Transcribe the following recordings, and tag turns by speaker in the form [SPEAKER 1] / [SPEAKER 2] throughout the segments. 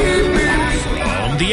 [SPEAKER 1] From the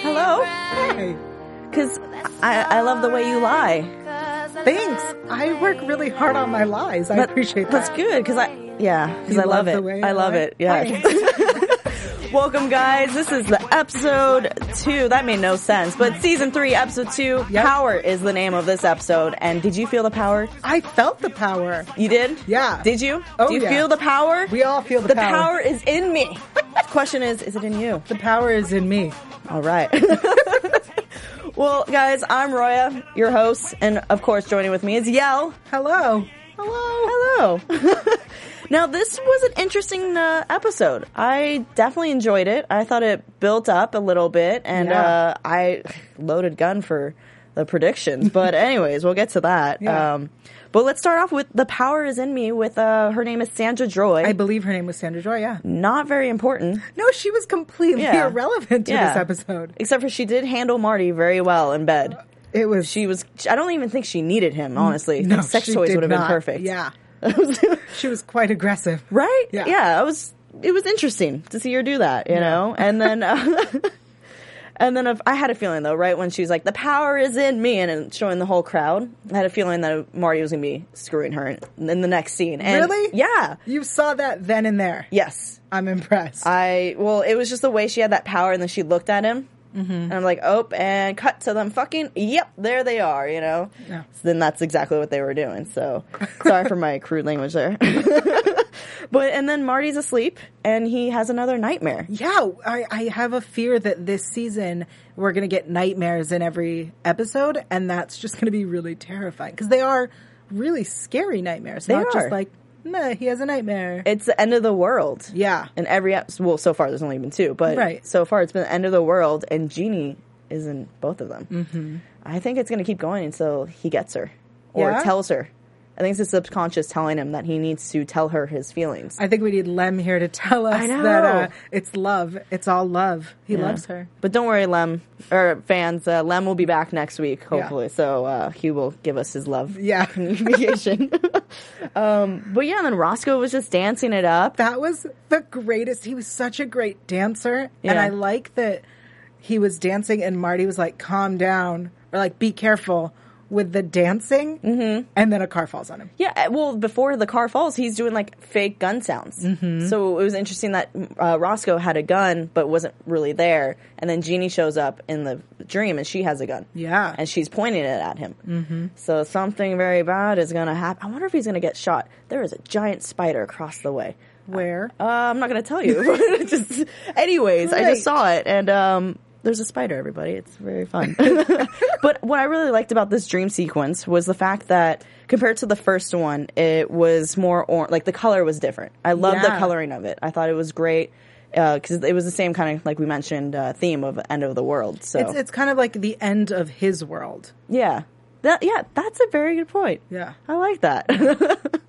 [SPEAKER 2] Hello. Hi.
[SPEAKER 3] Because I, I love the way you lie.
[SPEAKER 2] Thanks. I work really hard on my lies. I
[SPEAKER 3] That-
[SPEAKER 2] appreciate
[SPEAKER 3] That's
[SPEAKER 2] that.
[SPEAKER 3] good because I, yeah, because
[SPEAKER 2] You
[SPEAKER 3] I love,
[SPEAKER 2] love the
[SPEAKER 3] it.
[SPEAKER 2] way
[SPEAKER 3] I
[SPEAKER 2] I
[SPEAKER 3] love
[SPEAKER 2] lie?
[SPEAKER 3] it. Yeah. Welcome, guys. This is the episode two. That made no sense, but season three, episode two.
[SPEAKER 2] Yep.
[SPEAKER 3] Power is the name of this episode. And did you feel the power?
[SPEAKER 2] I felt the power.
[SPEAKER 3] You did?
[SPEAKER 2] Yeah.
[SPEAKER 3] Did you?
[SPEAKER 2] Oh,
[SPEAKER 3] Do you
[SPEAKER 2] yeah.
[SPEAKER 3] feel the power?
[SPEAKER 2] We all feel the
[SPEAKER 3] the
[SPEAKER 2] power.
[SPEAKER 3] power is in me. Question is, is it in you?
[SPEAKER 2] The power is in me.
[SPEAKER 3] All right. well, guys, I'm Roya, your host, and of course, joining with me is Yell.
[SPEAKER 2] Hello.
[SPEAKER 3] Hello. Hello. now, this was an interesting uh, episode. I definitely enjoyed it. I thought it built up a little bit, and
[SPEAKER 2] Yeah.
[SPEAKER 3] uh, I loaded gun for the predictions. But, anyways, we'll get to that.
[SPEAKER 2] Yeah.
[SPEAKER 3] Um, but let's start off with The Power is in Me with uh, her name is Sandra Joy.
[SPEAKER 2] I believe her name was Sandra Joy. Yeah.
[SPEAKER 3] Not very important.
[SPEAKER 2] No, she was completely
[SPEAKER 3] Yeah.
[SPEAKER 2] irrelevant to
[SPEAKER 3] Yeah.
[SPEAKER 2] this episode.
[SPEAKER 3] Except for she did handle Marty very well in bed.
[SPEAKER 2] It was.
[SPEAKER 3] She was. I don't even think she needed him. Honestly,
[SPEAKER 2] no,
[SPEAKER 3] sex
[SPEAKER 2] she
[SPEAKER 3] toys
[SPEAKER 2] did
[SPEAKER 3] would have been
[SPEAKER 2] not.
[SPEAKER 3] perfect.
[SPEAKER 2] Yeah. she was quite aggressive.
[SPEAKER 3] Right?
[SPEAKER 2] Yeah.
[SPEAKER 3] I was. It was interesting to see her do that, you know. And then, uh, and then if, I had a feeling though, right when she was like, "The power is in me," and, and showing the whole crowd, I had a feeling that Marty was gonna be screwing her in, in the next scene. And
[SPEAKER 2] Really?
[SPEAKER 3] Yeah.
[SPEAKER 2] You saw that then and there.
[SPEAKER 3] Yes.
[SPEAKER 2] I'm impressed.
[SPEAKER 3] I well, it was just the way she had that power, and then she looked at him, and I'm like, "Oh!" And cut to them fucking. Yep, there they are. You know.
[SPEAKER 2] Yeah.
[SPEAKER 3] So then that's exactly what they were doing. So sorry for my crude language there. but and then Marty's asleep, and he has another nightmare.
[SPEAKER 2] Yeah, I, I have a fear that this season we're going to get nightmares in every episode, and that's just going to be really terrifying because they are really scary nightmares.
[SPEAKER 3] They
[SPEAKER 2] not
[SPEAKER 3] are.
[SPEAKER 2] just like, nah, he has a nightmare.
[SPEAKER 3] It's the end of the world.
[SPEAKER 2] Yeah.
[SPEAKER 3] And every episode, well, so far there's only been two, but
[SPEAKER 2] Right.
[SPEAKER 3] so far it's been the end of the world, and Genie is in both of them. Mm-hmm. I think it's going to keep going until he gets her or
[SPEAKER 2] Yeah?
[SPEAKER 3] tells her. I think it's his subconscious telling him that he needs to tell her his feelings.
[SPEAKER 2] I think we need Lem here to tell us
[SPEAKER 3] I know.
[SPEAKER 2] that uh, it's love. It's all love. He loves her.
[SPEAKER 3] But don't worry, Lem, or fans, uh, Lem will be back next week, hopefully. So uh, he will give us his love
[SPEAKER 2] Yeah.
[SPEAKER 3] communication. um, but yeah, and then Roscoe was just dancing it up.
[SPEAKER 2] That was the greatest. He was such a great dancer. And
[SPEAKER 3] Yeah.
[SPEAKER 2] I like that he was dancing and Marty was like, calm down or like, be careful with the dancing. Mm-hmm. And then a car falls on him.
[SPEAKER 3] Yeah, uh, well, before the car falls, he's doing like fake gun sounds. So it was interesting that uh, Roscoe had a gun but wasn't really there. And then Jeannie shows up in the dream and she has a gun.
[SPEAKER 2] Yeah.
[SPEAKER 3] And she's pointing it at him. Mm-hmm. So something very bad is going to happen. I wonder if he's going to get shot. There is a giant spider across the way.
[SPEAKER 2] Where?
[SPEAKER 3] Uh, I'm not going to tell you. just, anyways, I
[SPEAKER 2] Right.
[SPEAKER 3] just saw it, and um, there's a spider. Everybody, it's very fun. but what I really liked about this dream sequence was the fact that compared to the first one, it was more or- like the color was different. I love the
[SPEAKER 2] Yeah.
[SPEAKER 3] coloring of it. I thought it was great because it was the same kind of like we mentioned uh, theme of end of the world. So
[SPEAKER 2] It's it's kind of like the end of his world.
[SPEAKER 3] yeah. That yeah, that's a very good point.
[SPEAKER 2] Yeah.
[SPEAKER 3] I like that.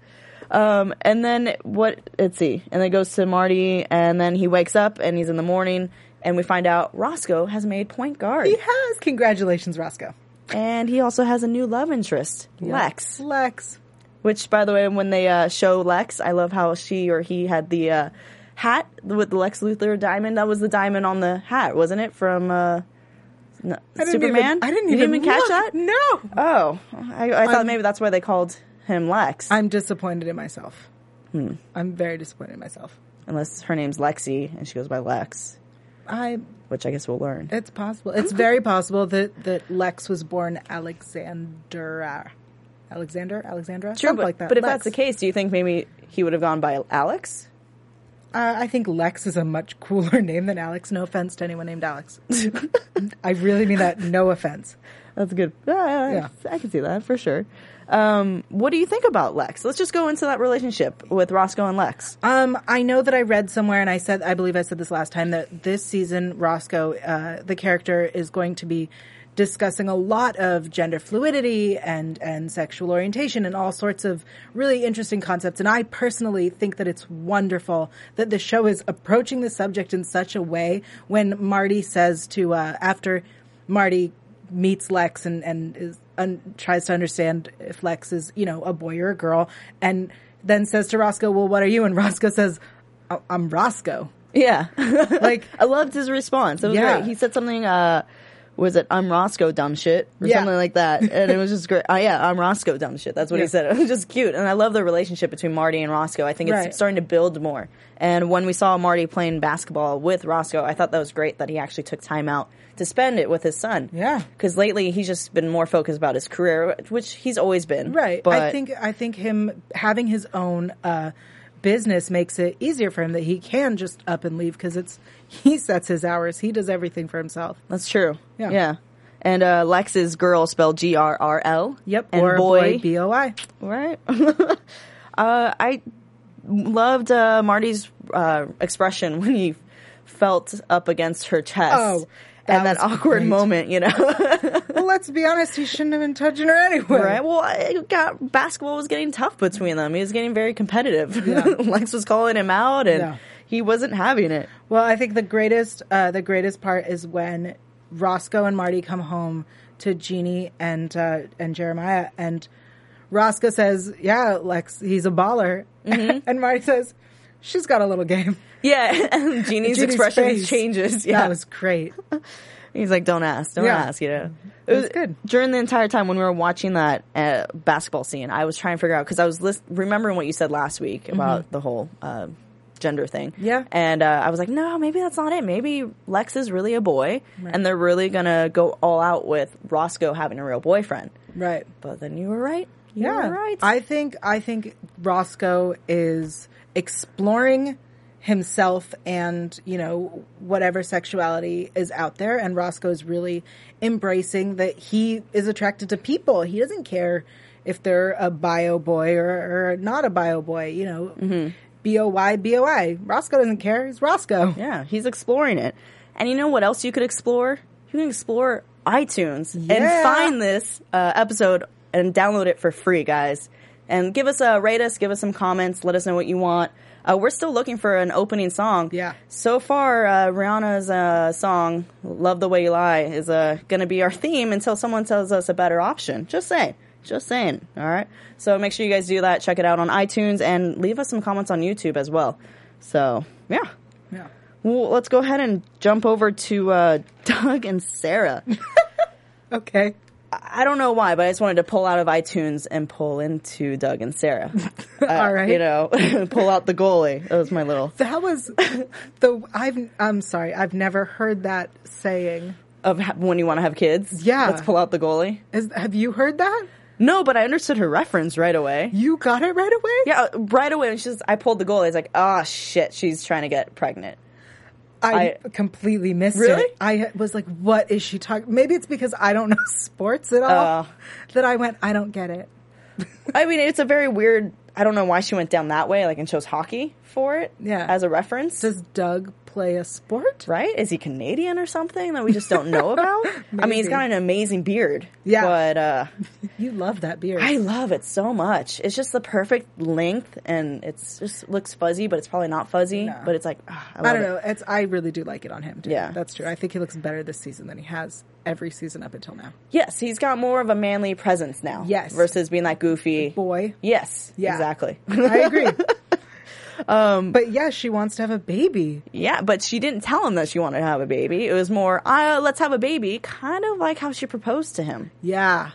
[SPEAKER 3] um and then what let's see. And then it goes to Marty and then he wakes up and he's in the morning and we find out Roscoe has made point guard.
[SPEAKER 2] He has congratulations, Roscoe.
[SPEAKER 3] And he also has a new love interest, Lex.
[SPEAKER 2] Lex.
[SPEAKER 3] Which by the way, when they uh show Lex, I love how she or he had the uh hat with the Lex Luthor diamond. That was the diamond on the hat, wasn't it? From uh no,
[SPEAKER 2] I didn't
[SPEAKER 3] Superman?
[SPEAKER 2] Even, I didn't
[SPEAKER 3] You
[SPEAKER 2] even,
[SPEAKER 3] catch
[SPEAKER 2] look.
[SPEAKER 3] that?
[SPEAKER 2] No.
[SPEAKER 3] Oh, I, I thought
[SPEAKER 2] I'm-
[SPEAKER 3] maybe that's why they called him Lex.
[SPEAKER 2] I'm disappointed in myself.
[SPEAKER 3] Hmm.
[SPEAKER 2] I'm very disappointed in myself.
[SPEAKER 3] Unless her name's Lexi and she goes by Lex,
[SPEAKER 2] I.
[SPEAKER 3] which I guess we'll learn.
[SPEAKER 2] It's possible. It's very possible that that Lex was born Alexandra. Alexander, Alexandra,
[SPEAKER 3] True,
[SPEAKER 2] something
[SPEAKER 3] but,
[SPEAKER 2] like that.
[SPEAKER 3] but if
[SPEAKER 2] Lex.
[SPEAKER 3] that's the case, do you think maybe he would have gone by Alex?
[SPEAKER 2] Uh, I think Lex is a much cooler name than Alex. No offense to anyone named Alex. I really mean that. No offense.
[SPEAKER 3] That's good. Yeah, I- I-
[SPEAKER 2] Yeah.
[SPEAKER 3] I can see that for sure. Um, what do you think about Lex? Let's just go into that relationship with Roscoe and Lex.
[SPEAKER 2] Um, I know that I read somewhere, and I said, I believe I said this last time that this season, Roscoe, uh, the character, is going to be discussing a lot of gender fluidity and and sexual orientation and all sorts of really interesting concepts. And I personally think that it's wonderful that the show is approaching the subject in such a way. When Marty says to uh, after Marty meets Lex and and is, un, tries to understand if Lex is you know a boy or a girl, and then says to Roscoe, "Well, what are you?" And Roscoe says, "I- "I'm Roscoe."
[SPEAKER 3] Yeah.
[SPEAKER 2] Like
[SPEAKER 3] I loved his response. It was
[SPEAKER 2] Yeah.
[SPEAKER 3] great. He said something, uh, was it I'm Roscoe dumb shit or
[SPEAKER 2] Yeah.
[SPEAKER 3] something like that, and it was just great. Oh yeah, I'm Roscoe dumb shit. That's what
[SPEAKER 2] Yeah.
[SPEAKER 3] he said. It was just cute, and I love the relationship between Marty and Roscoe. I think it's
[SPEAKER 2] Right.
[SPEAKER 3] starting to build more. And when we saw Marty playing basketball with Roscoe, I thought that was great that he actually took time out to spend it with his son.
[SPEAKER 2] Yeah.
[SPEAKER 3] because lately he's just been more focused about his career, which he's always been.
[SPEAKER 2] right.
[SPEAKER 3] but
[SPEAKER 2] I think I think him having his own uh, business makes it easier for him that he can just up and leave because it's he sets his hours, he does everything for himself.
[SPEAKER 3] That's true.
[SPEAKER 2] Yeah.
[SPEAKER 3] And uh, Lex is girl spelled G R R L.
[SPEAKER 2] Yep,
[SPEAKER 3] And
[SPEAKER 2] or
[SPEAKER 3] boy,
[SPEAKER 2] boy, B O I.
[SPEAKER 3] right. uh, I loved uh, Marty's uh, expression when he felt up against her chest.
[SPEAKER 2] Oh, that
[SPEAKER 3] and that
[SPEAKER 2] was
[SPEAKER 3] awkward
[SPEAKER 2] great.
[SPEAKER 3] moment, you know.
[SPEAKER 2] Well, let's be honest, he shouldn't have been touching her anyway.
[SPEAKER 3] right? Well, it got basketball was getting tough between them. He was getting very competitive.
[SPEAKER 2] Yeah.
[SPEAKER 3] Lex was calling him out, and
[SPEAKER 2] Yeah.
[SPEAKER 3] he wasn't having it.
[SPEAKER 2] Well, I think the greatest uh, the greatest part is when Roscoe and Marty come home to Jeannie and uh, and Jeremiah, and Roscoe says, "Yeah, Lex, he's a baller,"
[SPEAKER 3] Mm-hmm.
[SPEAKER 2] and Marty says, "She's got a little game."
[SPEAKER 3] Yeah, and Jeannie's,
[SPEAKER 2] Jeannie's
[SPEAKER 3] expression
[SPEAKER 2] face.
[SPEAKER 3] changes. Yeah,
[SPEAKER 2] That was great.
[SPEAKER 3] He's like, "Don't ask, don't
[SPEAKER 2] Yeah.
[SPEAKER 3] ask." You know,
[SPEAKER 2] It was good.
[SPEAKER 3] During the entire time when we were watching that uh, basketball scene, I was trying to figure out because I was list- remembering what you said last week about the whole uh, gender thing.
[SPEAKER 2] Mm-hmm. Yeah.
[SPEAKER 3] and uh, I was like, "No, maybe that's not it. Maybe Lex is really a boy, and they're really gonna go all out with Roscoe having a real boyfriend."
[SPEAKER 2] Right.
[SPEAKER 3] But then you were right. You
[SPEAKER 2] Yeah.
[SPEAKER 3] were right.
[SPEAKER 2] I think I think Roscoe is exploring himself and, you know, whatever sexuality is out there and Roscoe is really embracing that he is attracted to people. He doesn't care if they're a bio boy or, or not a bio boy, you know.
[SPEAKER 3] Mm-hmm.
[SPEAKER 2] B O Y B O I. Roscoe doesn't care. He's Roscoe.
[SPEAKER 3] Yeah, he's exploring it. And you know what else you could explore? You can explore iTunes and
[SPEAKER 2] Yeah.
[SPEAKER 3] find this uh, episode and download it for free, guys. And give us a rate us, give us some comments, let us know what you want. Uh, we're still looking for an opening song.
[SPEAKER 2] Yeah.
[SPEAKER 3] So far, uh, Rihanna's uh, song "Love the Way You Lie" is uh, going to be our theme until someone tells us a better option. Just saying. Just saying. All right. So make sure you guys do that. Check it out on iTunes and leave us some comments on YouTube as well. So yeah.
[SPEAKER 2] Yeah.
[SPEAKER 3] Well, let's go ahead and jump over to uh, Doug and Sarah.
[SPEAKER 2] Okay.
[SPEAKER 3] I don't know why, but I just wanted to pull out of iTunes and pull into Doug and Sarah. Uh,
[SPEAKER 2] All right.
[SPEAKER 3] You know, pull out the goalie. That was my little
[SPEAKER 2] That was the I've I'm sorry. I've never heard that saying.
[SPEAKER 3] of ha- when you want to have kids.
[SPEAKER 2] Yeah.
[SPEAKER 3] Let's pull out the goalie.
[SPEAKER 2] Is have you heard that?
[SPEAKER 3] No, but I understood her reference right away.
[SPEAKER 2] You got it right away?
[SPEAKER 3] Yeah, uh, right away when she says, I pulled the goalie, I was like, oh shit, she's trying to get pregnant.
[SPEAKER 2] I,
[SPEAKER 3] I-
[SPEAKER 2] completely missed
[SPEAKER 3] Really?
[SPEAKER 2] it. I was like, what is she talking? Maybe it's because I don't know sports at all
[SPEAKER 3] Uh.
[SPEAKER 2] that I went, I don't get it.
[SPEAKER 3] I mean, it's a very weird, I don't know why she went down that way, like, and chose hockey for it
[SPEAKER 2] Yeah.
[SPEAKER 3] as a reference.
[SPEAKER 2] Does Doug play a sport?
[SPEAKER 3] right? Is he Canadian or something that we just don't know about? I mean, he's got an amazing beard.
[SPEAKER 2] Yeah.
[SPEAKER 3] But uh,
[SPEAKER 2] You love that beard.
[SPEAKER 3] I love it so much. It's just the perfect length and it's just looks fuzzy, but it's probably not fuzzy.
[SPEAKER 2] No.
[SPEAKER 3] But it's like, ah, I, love
[SPEAKER 2] I don't
[SPEAKER 3] it.
[SPEAKER 2] know. It's I really do like it on him. Too.
[SPEAKER 3] Yeah.
[SPEAKER 2] that's true. I think he looks better this season than he has every season up until now.
[SPEAKER 3] Yes, he's got more of a manly presence now.
[SPEAKER 2] Yes.
[SPEAKER 3] Versus being that goofy.
[SPEAKER 2] Boy,
[SPEAKER 3] Yes.
[SPEAKER 2] Yeah.
[SPEAKER 3] Exactly.
[SPEAKER 2] I agree. um, but yeah, she wants to have a baby.
[SPEAKER 3] Yeah, but she didn't tell him that she wanted to have a baby. It was more, uh, let's have a baby, kind of like how she proposed to him.
[SPEAKER 2] Yeah,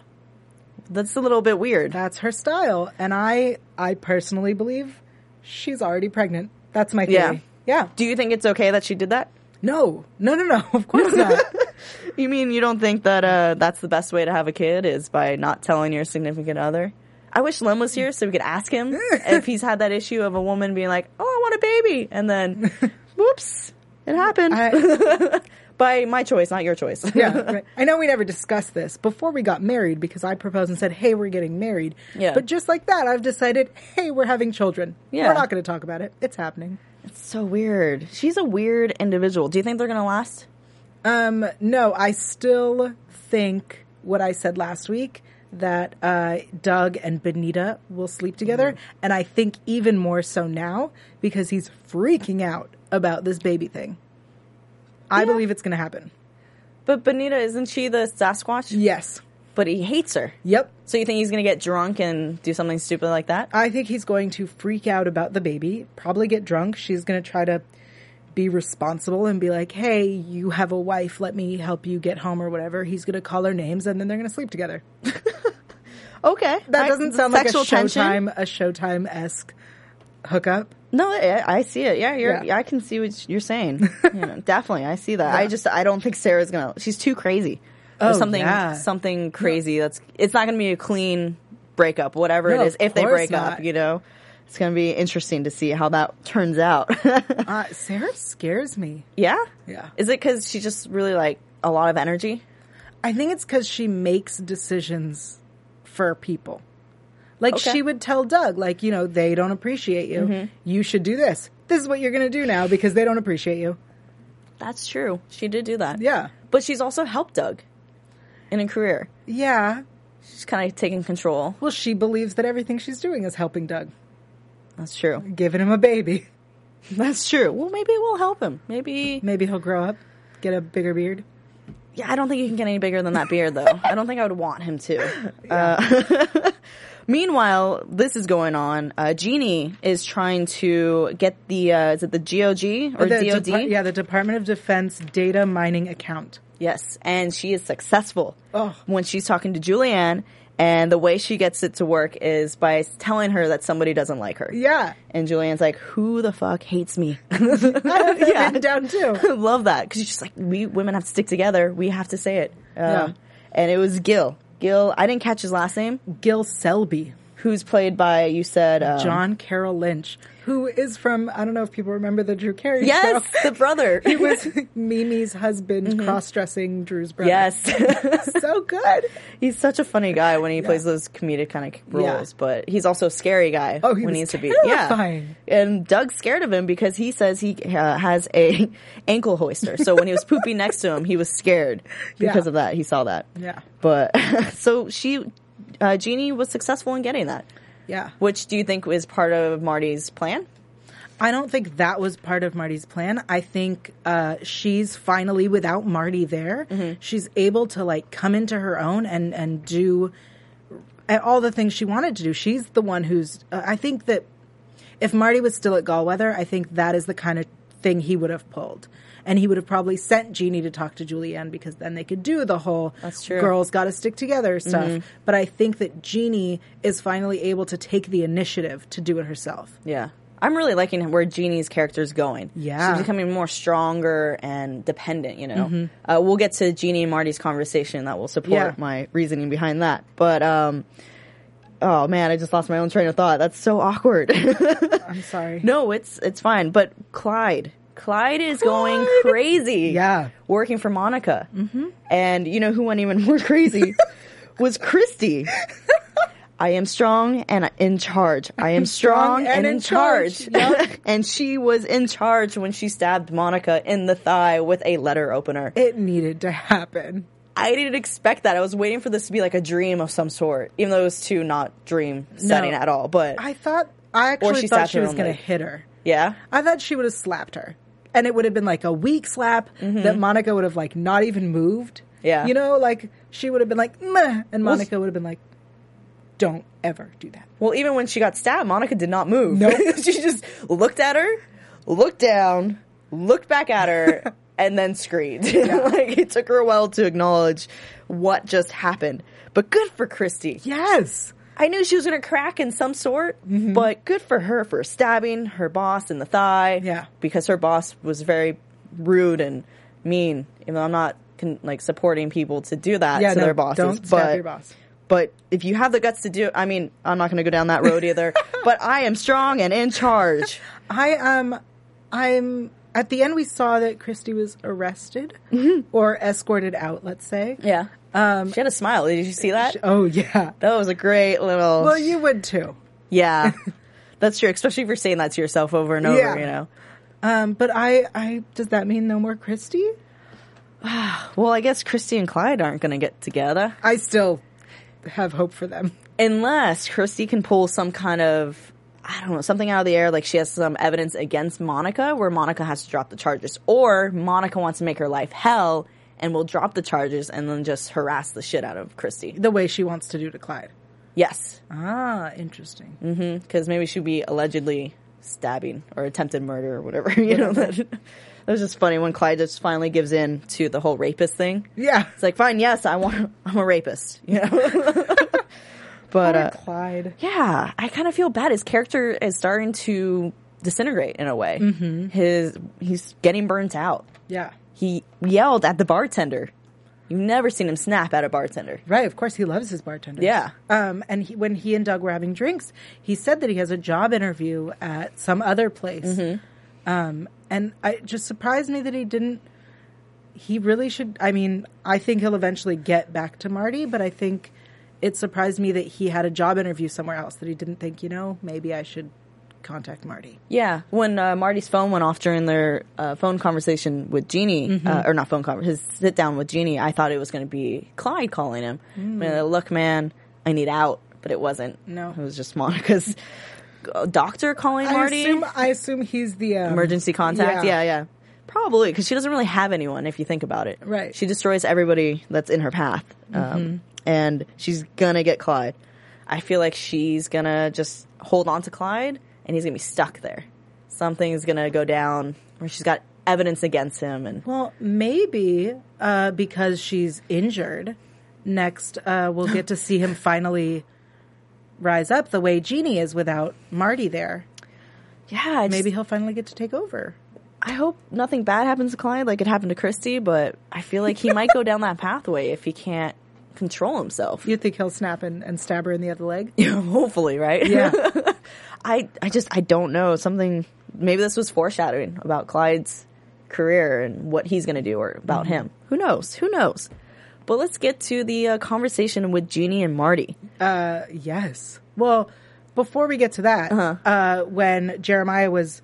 [SPEAKER 3] That's a little bit weird.
[SPEAKER 2] that's her style, and I I personally believe she's already pregnant. That's my theory. yeah.
[SPEAKER 3] Do you think it's okay that she did that?
[SPEAKER 2] No, no, no, no. Of course not.
[SPEAKER 3] You mean you don't think that uh, that's the best way to have a kid is by not telling your significant other? I wish Len was here so we could ask him if he's had that issue of a woman being like, "Oh, I want a baby. And then, whoops, it happened. By my choice, not your choice.
[SPEAKER 2] yeah, right. I know we never discussed this before we got married because I proposed and said, "Hey, we're getting married."
[SPEAKER 3] Yeah.
[SPEAKER 2] But just like that, I've decided, "Hey, we're having children."
[SPEAKER 3] Yeah.
[SPEAKER 2] We're not going to talk about it. It's happening.
[SPEAKER 3] so weird. She's a weird individual. Do you think they're going to last?
[SPEAKER 2] Um, no, I still think what I said last week that uh, Doug and Benita will sleep together,
[SPEAKER 3] Mm-hmm.
[SPEAKER 2] and I think even more so now because he's freaking out about this baby thing. I believe it's going to happen.
[SPEAKER 3] But Bonita, isn't she the Sasquatch?
[SPEAKER 2] Yes.
[SPEAKER 3] But he hates her.
[SPEAKER 2] Yep.
[SPEAKER 3] So you think he's going to get drunk and do something stupid like that?
[SPEAKER 2] I think he's going to freak out about the baby, probably get drunk. She's going to try to be responsible and be like, hey, you have a wife. Let me help you get home or whatever. He's going to call her names and then they're going to sleep together.
[SPEAKER 3] Okay.
[SPEAKER 2] Uh, That doesn't sound like a
[SPEAKER 3] Sexual tension?
[SPEAKER 2] Showtime, a Showtime esque hookup.
[SPEAKER 3] No, I, I see it. Yeah, you're,
[SPEAKER 2] Yeah.
[SPEAKER 3] I can see what you're saying. You know, definitely, I see that. I just I don't think Sarah's gonna. She's too crazy. There's
[SPEAKER 2] Oh,
[SPEAKER 3] something
[SPEAKER 2] yeah.
[SPEAKER 3] something crazy. That's it's not gonna be a clean breakup. Whatever
[SPEAKER 2] No,
[SPEAKER 3] it is,
[SPEAKER 2] of
[SPEAKER 3] if they
[SPEAKER 2] course
[SPEAKER 3] break up,
[SPEAKER 2] not.
[SPEAKER 3] you know, it's gonna be interesting to see how that turns out.
[SPEAKER 2] Uh, Sarah scares me.
[SPEAKER 3] yeah,
[SPEAKER 2] Yeah.
[SPEAKER 3] Is it because she just really like a lot of energy?
[SPEAKER 2] I think it's because she makes decisions for people. Like
[SPEAKER 3] Okay.
[SPEAKER 2] she would tell Doug, like, you know, they don't appreciate you. You should do this. This is what you're going to do now because they don't appreciate you.
[SPEAKER 3] That's true. She did do that.
[SPEAKER 2] Yeah.
[SPEAKER 3] but she's also helped Doug in a career.
[SPEAKER 2] Yeah.
[SPEAKER 3] She's kind of taking control.
[SPEAKER 2] Well, she believes that everything she's doing is helping Doug,
[SPEAKER 3] That's true.
[SPEAKER 2] giving him a baby.
[SPEAKER 3] That's true. Well, maybe it will help him. Maybe
[SPEAKER 2] Maybe he'll grow up, get a bigger beard.
[SPEAKER 3] Yeah, I don't think you can get any bigger than that beard, though. I don't think I would want him to. Uh, meanwhile, this is going on. Uh, Jeannie is trying to get the uh, is it the GOG or
[SPEAKER 2] The
[SPEAKER 3] DOD?
[SPEAKER 2] Depar- yeah, the Department of Defense data mining account.
[SPEAKER 3] Yes, and she is successful
[SPEAKER 2] Oh.
[SPEAKER 3] when she's talking to Julianne. And the way she gets it to work is by telling her that somebody doesn't like her.
[SPEAKER 2] Yeah.
[SPEAKER 3] And Julianne's like, "Who the fuck hates me?"
[SPEAKER 2] I've
[SPEAKER 3] Yeah.
[SPEAKER 2] been down too.
[SPEAKER 3] love that because she's just like we women have to stick together. We have to say it. Um,
[SPEAKER 2] Yeah.
[SPEAKER 3] And it was Gil. Gil. I didn't catch his last name.
[SPEAKER 2] Gil Selby,
[SPEAKER 3] Who's played by you said um,
[SPEAKER 2] John Carroll Lynch, who is from, I don't know if people remember the Drew Carey
[SPEAKER 3] Yes,
[SPEAKER 2] show.
[SPEAKER 3] the brother.
[SPEAKER 2] He was Mimi's husband, cross dressing Drew's brother.
[SPEAKER 3] yes.
[SPEAKER 2] So good.
[SPEAKER 3] he's such a funny guy when he plays those comedic kind of
[SPEAKER 2] Yeah.
[SPEAKER 3] roles, but he's also a scary guy
[SPEAKER 2] Oh, he
[SPEAKER 3] when
[SPEAKER 2] was
[SPEAKER 3] he needs to be.
[SPEAKER 2] terrifying.
[SPEAKER 3] Yeah. And Doug's scared of him because he says he uh, has a ankle hoister. So when he was pooping next to him, he was scared because
[SPEAKER 2] Yeah.
[SPEAKER 3] of that. He saw that.
[SPEAKER 2] Yeah.
[SPEAKER 3] But so she uh, Jeannie was successful in getting that.
[SPEAKER 2] Yeah.
[SPEAKER 3] Which do you think was part of Marty's plan?
[SPEAKER 2] I don't think that was part of Marty's plan. I think uh, she's finally without Marty there. She's able to like come into her own and and do and all the things she wanted to do. She's the one who's. Uh, I think that if Marty was still at Gallweather, I think that is the kind of thing he would have pulled. And he would have probably sent Jeannie to talk to Julianne because then they could do the whole
[SPEAKER 3] That's true.
[SPEAKER 2] girls got to stick together stuff. But I think that Jeannie is finally able to take the initiative to do it herself.
[SPEAKER 3] Yeah. I'm really liking where Jeannie's character's going.
[SPEAKER 2] Yeah. Mm-hmm.
[SPEAKER 3] She's becoming more stronger and dependent, you know. Uh, we'll get to Jeannie and Marty's conversation that will support
[SPEAKER 2] Yeah.
[SPEAKER 3] my reasoning behind that. But, um, oh man, I just lost my own train of thought. That's so awkward.
[SPEAKER 2] I'm sorry.
[SPEAKER 3] no, it's, it's fine. But Clyde. Clyde is going
[SPEAKER 2] Clyde!
[SPEAKER 3] crazy.
[SPEAKER 2] Yeah.
[SPEAKER 3] Working for Monica. Mm-hmm. And you know who went even more crazy? was Christy. I am strong and in charge. I am strong, and, in charge. and she was in charge when she stabbed Monica in the thigh with a letter opener.
[SPEAKER 2] it needed to happen.
[SPEAKER 3] I didn't expect that. I was waiting for this to be like a dream of some sort, even though it was too not dream setting at all. But
[SPEAKER 2] I thought I actually
[SPEAKER 3] she
[SPEAKER 2] thought
[SPEAKER 3] stabbed
[SPEAKER 2] she
[SPEAKER 3] her
[SPEAKER 2] was
[SPEAKER 3] own
[SPEAKER 2] going
[SPEAKER 3] leg.
[SPEAKER 2] to hit her.
[SPEAKER 3] yeah,
[SPEAKER 2] I thought she would have slapped her, and it would have been like a weak slap that Monica would have like not even moved.
[SPEAKER 3] Mm-hmm. Yeah.
[SPEAKER 2] you know, like she would have been like, Meh, and
[SPEAKER 3] Well,
[SPEAKER 2] Monica would have been like, "Don't ever do that."
[SPEAKER 3] well, even when she got stabbed, Monica did not move.
[SPEAKER 2] Nope.
[SPEAKER 3] she just looked at her, looked down, looked back at her, and then screamed. like it took her a while to acknowledge what just happened. But good for Christy.
[SPEAKER 2] Yes,
[SPEAKER 3] I knew she was going to crack in some sort,
[SPEAKER 2] Mm-hmm.
[SPEAKER 3] but good for her for stabbing her boss in the thigh.
[SPEAKER 2] Yeah.
[SPEAKER 3] Because her boss was very rude and mean. Even though I'm not con- like supporting people to do that
[SPEAKER 2] yeah.
[SPEAKER 3] to
[SPEAKER 2] no,
[SPEAKER 3] their bosses,
[SPEAKER 2] don't
[SPEAKER 3] but
[SPEAKER 2] stab your boss.
[SPEAKER 3] But if you have the guts to do, I mean, I'm not going to go down that road either. but I am strong and in charge.
[SPEAKER 2] I um, I'm at the end. We saw that Christy was arrested or escorted out. Let's say.
[SPEAKER 3] Mm-hmm. Yeah. she had a smile. Did you see that?
[SPEAKER 2] Oh yeah.
[SPEAKER 3] Um, That was a great little.
[SPEAKER 2] Well, you would too.
[SPEAKER 3] yeah. That's true, especially if you're saying that to yourself over and over,
[SPEAKER 2] Yeah.
[SPEAKER 3] you know.
[SPEAKER 2] Um, but I, I does that mean no more Christy?
[SPEAKER 3] Well, I guess Christy and Clyde aren't going to get together
[SPEAKER 2] I still have hope for them.
[SPEAKER 3] unless Christy can pull some kind of I don't know something out of the air, like she has some evidence against Monica, where Monica has to drop the charges, or Monica wants to make her life hell and will drop the charges and then just harass the shit out of Christy.
[SPEAKER 2] The way she wants to do to Clyde.
[SPEAKER 3] Yes,
[SPEAKER 2] Ah, interesting.
[SPEAKER 3] because maybe she'd be allegedly stabbing or attempted murder or whatever. You know that. That was just funny when Clyde just finally gives in to the whole rapist thing.
[SPEAKER 2] Yeah.
[SPEAKER 3] It's like, fine, yes, I want. I'm a rapist, you know. but uh,
[SPEAKER 2] Clyde.
[SPEAKER 3] yeah, I kind of feel bad. His character is starting to disintegrate in a way. Mm-hmm. His he's getting burnt out.
[SPEAKER 2] Yeah.
[SPEAKER 3] He yelled at the bartender. You've never seen him snap at a bartender.
[SPEAKER 2] Right, of course he loves his bartender.
[SPEAKER 3] Yeah.
[SPEAKER 2] Um and he, when he and Doug were having drinks, he said that he has a job interview at some other place.
[SPEAKER 3] Mm-hmm.
[SPEAKER 2] Um and I it just surprised me that he didn't he really should I mean, I think he'll eventually get back to Marty, but I think it surprised me that he had a job interview somewhere else that he didn't think, you know, maybe I should contact Marty.
[SPEAKER 3] Yeah, when uh, Marty's phone went off during their uh, phone conversation with Jeannie, uh,
[SPEAKER 2] Mm-hmm.
[SPEAKER 3] or not phone conversation, his sit down with Jeannie, I thought it was going to be Clyde calling him. Man, Look, man, I need out, but it wasn't.
[SPEAKER 2] Mm. No.
[SPEAKER 3] it was just Monica's uh, doctor calling Marty.
[SPEAKER 2] I assume I assume he's the um,
[SPEAKER 3] emergency contact. Yeah,
[SPEAKER 2] yeah.
[SPEAKER 3] yeah. Probably because she doesn't really have anyone if you think about it.
[SPEAKER 2] Right. Mm-hmm.
[SPEAKER 3] She destroys everybody that's in her path, um, and she's gonna get Clyde. I feel like she's gonna just hold on to Clyde, and he's gonna be stuck there. Something's gonna go down where she's got evidence against him, and
[SPEAKER 2] Well, maybe uh, because she's injured. Next, uh, we'll get to see him finally rise up the way Jeannie is without Marty there.
[SPEAKER 3] yeah, I just-
[SPEAKER 2] Maybe he'll finally get to take over.
[SPEAKER 3] I hope nothing bad happens to Clyde like it happened to Christy, but I feel like he might go down that pathway if he can't control himself.
[SPEAKER 2] You think he'll snap and, and stab her in the other leg?
[SPEAKER 3] Hopefully, right?
[SPEAKER 2] Yeah.
[SPEAKER 3] I, I just I don't know something. Maybe this was foreshadowing about Clyde's career and what he's going to do, or
[SPEAKER 2] Mm-hmm.
[SPEAKER 3] about him. Who knows? Who knows? But let's get to the uh, conversation with Jeannie and Marty.
[SPEAKER 2] yes. Well, before we get to that,
[SPEAKER 3] Uh-huh.
[SPEAKER 2] uh when Jeremiah was,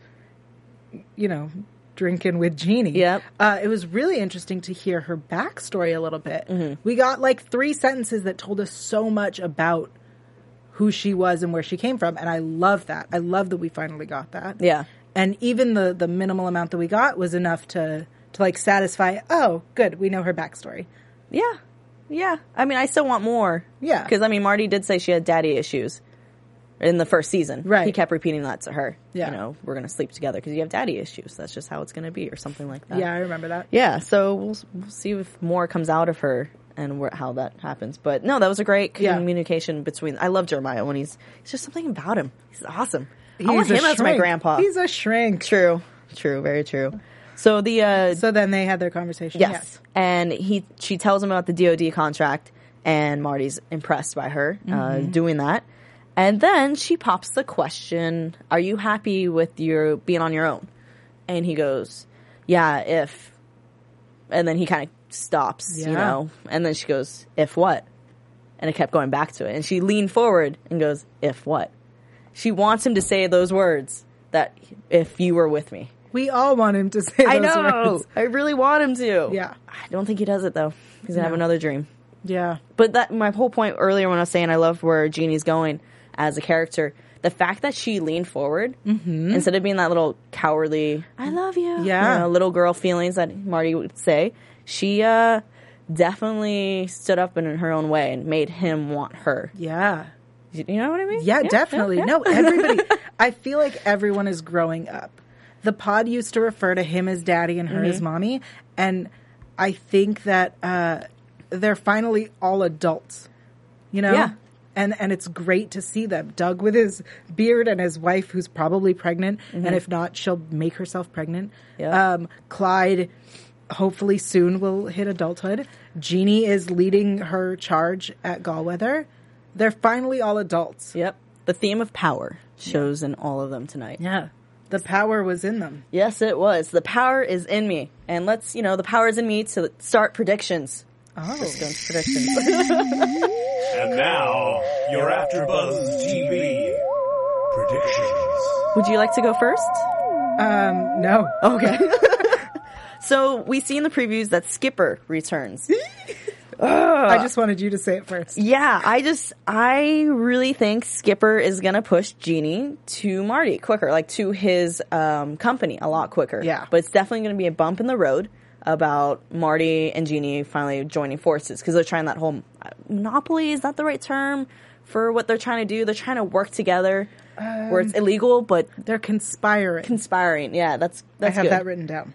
[SPEAKER 2] you know, drinking with Jeannie,
[SPEAKER 3] Yep.
[SPEAKER 2] uh, it was really interesting to hear her backstory a little bit.
[SPEAKER 3] Mm-hmm.
[SPEAKER 2] We got like three sentences that told us so much about who she was and where she came from, and I love that. I love that we finally got that.
[SPEAKER 3] Yeah.
[SPEAKER 2] and even the the minimal amount that we got was enough to to like satisfy. Oh, good, we know her backstory.
[SPEAKER 3] Yeah, yeah. I mean, I still want more.
[SPEAKER 2] Yeah.
[SPEAKER 3] because I mean, Marty did say she had daddy issues in the first season.
[SPEAKER 2] Right.
[SPEAKER 3] He kept repeating that to her.
[SPEAKER 2] Yeah.
[SPEAKER 3] You know, we're going to sleep together because you have daddy issues. That's just how it's going to be, or something like that.
[SPEAKER 2] Yeah, I remember that.
[SPEAKER 3] yeah, so we'll, we'll see if more comes out of her and where, how that happens. But no, that was a great
[SPEAKER 2] Yeah.
[SPEAKER 3] communication between. I love Jeremiah when he's it's just something about him. He's awesome. I want
[SPEAKER 2] He's a
[SPEAKER 3] him as my
[SPEAKER 2] shrink.
[SPEAKER 3] grandpa.
[SPEAKER 2] He's a shrink.
[SPEAKER 3] true, true, very true. So the uh,
[SPEAKER 2] So then they had their conversation.
[SPEAKER 3] yes. and he she tells him about the DoD contract, and Marty's impressed by her uh, doing that. And then she pops the question, "Are you happy with your being on your own?" And he goes, "Yeah, if." And then he kind of stops, you
[SPEAKER 2] Yeah.
[SPEAKER 3] know. And then she goes, "If what?" And it kept going back to it. And she leaned forward and goes, "If what?" She wants him to say those words that if you were with me.
[SPEAKER 2] We all want him to say those
[SPEAKER 3] I know.
[SPEAKER 2] words.
[SPEAKER 3] I really want him to.
[SPEAKER 2] Yeah.
[SPEAKER 3] I don't think he does it though. He's gonna have another dream.
[SPEAKER 2] Yeah.
[SPEAKER 3] But that my whole point earlier when I was saying I love where Jeannie's going as a character, the fact that she leaned forward
[SPEAKER 2] Mm-hmm.
[SPEAKER 3] instead of being that little cowardly I love you.
[SPEAKER 2] Yeah.
[SPEAKER 3] you know, little girl feelings that Marty would say, she uh definitely stood up in her own way and made him want her.
[SPEAKER 2] Yeah.
[SPEAKER 3] You know what I mean?
[SPEAKER 2] Yeah, definitely.
[SPEAKER 3] yeah.
[SPEAKER 2] No, everybody I feel like everyone is growing up. The pod used to refer to him as daddy and her
[SPEAKER 3] Mm-hmm.
[SPEAKER 2] as mommy, and I think that uh they're finally all adults. You know?
[SPEAKER 3] Yeah.
[SPEAKER 2] And and it's great to see them. Doug with his beard and his wife who's probably pregnant, and if not, she'll make herself pregnant.
[SPEAKER 3] Mm-hmm. Yeah.
[SPEAKER 2] Um Clyde hopefully soon will hit adulthood. Jeannie is leading her charge at Gallweather. They're finally all adults.
[SPEAKER 3] Yep. The theme of power shows in all of them tonight.
[SPEAKER 2] Yeah. The power was in them.
[SPEAKER 3] Yes, it was. The power is in me. And let's, you know, the power is in me to start predictions.
[SPEAKER 2] Oh.
[SPEAKER 3] Don't predictions.
[SPEAKER 4] And now, your AfterBuzz TV predictions.
[SPEAKER 3] Would you like to go first?
[SPEAKER 2] Um, no.
[SPEAKER 3] Okay. so we see in the previews that Skipper returns.
[SPEAKER 2] I just wanted you to say it first.
[SPEAKER 3] Yeah, I just, I really think Skipper is going to push Genie to Marty quicker, like to his um, company a lot quicker.
[SPEAKER 2] Yeah.
[SPEAKER 3] But it's definitely going to be a bump in the road about Marty and Genie finally joining forces because they're trying that whole uh, monopoly is not the right term for what they're trying to do. They're trying to work together where
[SPEAKER 2] Um,
[SPEAKER 3] it's illegal, but
[SPEAKER 2] They're conspiring.
[SPEAKER 3] inspiring. Yeah, that's,
[SPEAKER 2] I
[SPEAKER 3] that's
[SPEAKER 2] have
[SPEAKER 3] good.
[SPEAKER 2] that written down.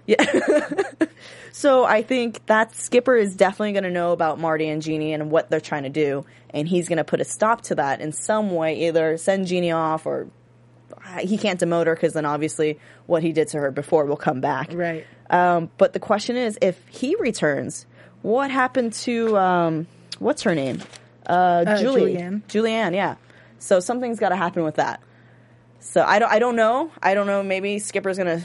[SPEAKER 3] So I think that Skipper is definitely going to know about Marty and Jeannie and what they're trying to do, and he's going to put a stop to that in some way, either send Jeannie off or uh, he can't demote her because then obviously what he did to her before will come back.
[SPEAKER 2] Right.
[SPEAKER 3] Um, but the question is, if he returns, what happened to um, what's her name? Uh, Julie.
[SPEAKER 2] Julianne.
[SPEAKER 3] Julianne. Yeah. So something's got to happen with that. So I don't. I don't know. I don't know. Maybe Skipper's gonna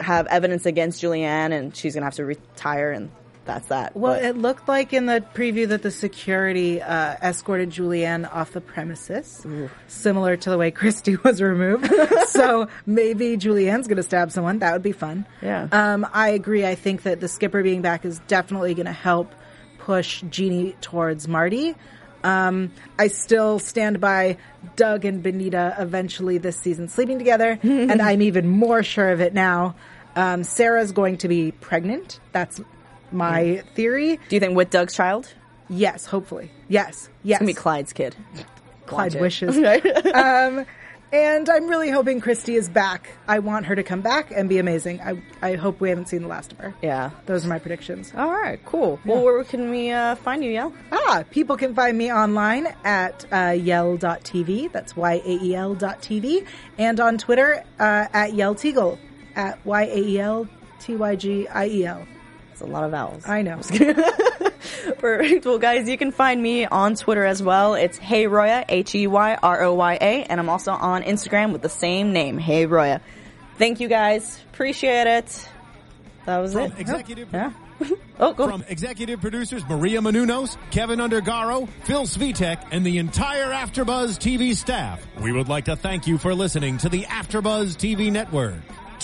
[SPEAKER 3] have evidence against Julianne, and she's gonna have to retire, and that's that.
[SPEAKER 2] Well,
[SPEAKER 3] But-
[SPEAKER 2] it looked like in the preview that the security uh, escorted Julianne off the premises, similar to the way Christy was removed. so maybe Julianne's going to stab someone. That would be fun.
[SPEAKER 3] Yeah.
[SPEAKER 2] Um, I agree. I think that the skipper being back is definitely going to help push Jeannie towards Marty. Um, I still stand by Doug and Benita eventually this season sleeping together, and I'm even more sure of it now. Um, Sarah's going to be pregnant. That's my theory.
[SPEAKER 3] do you think with Doug's child?
[SPEAKER 2] Yes, hopefully. Yes, yes.
[SPEAKER 3] Gonna be Clyde's kid.
[SPEAKER 2] Clyde
[SPEAKER 3] Watch it.
[SPEAKER 2] wishes. um, and I'm really hoping Christy is back. I want her to come back and be amazing. I, I hope we haven't seen the last of her.
[SPEAKER 3] Yeah.
[SPEAKER 2] Those are my predictions.
[SPEAKER 3] All right. Cool. Well, where can we uh, find you, Yell?
[SPEAKER 2] Ah, people can find me online at uh, yell.tv. That's Y-A-E-L dot TV. And on Twitter uh, at Yell Teagle. At E Y-A-E-L-T-Y-G-I-E-L.
[SPEAKER 3] It's a lot of vowels.
[SPEAKER 2] E I know.
[SPEAKER 3] Perfect. Well, guys, you can find me on Twitter as well. It's Hey Roya, H E Y R O Y A, and I'm also on Instagram with the same name, Hey Roya. Thank you, guys. Appreciate it. That was
[SPEAKER 1] From
[SPEAKER 3] it.
[SPEAKER 1] executive-
[SPEAKER 3] Yeah. oh, go.
[SPEAKER 1] From executive producers Maria Manunos, Kevin Undergaro, Phil Svitek, and the entire AfterBuzz TV staff, we would like to thank you for listening to the AfterBuzz TV network.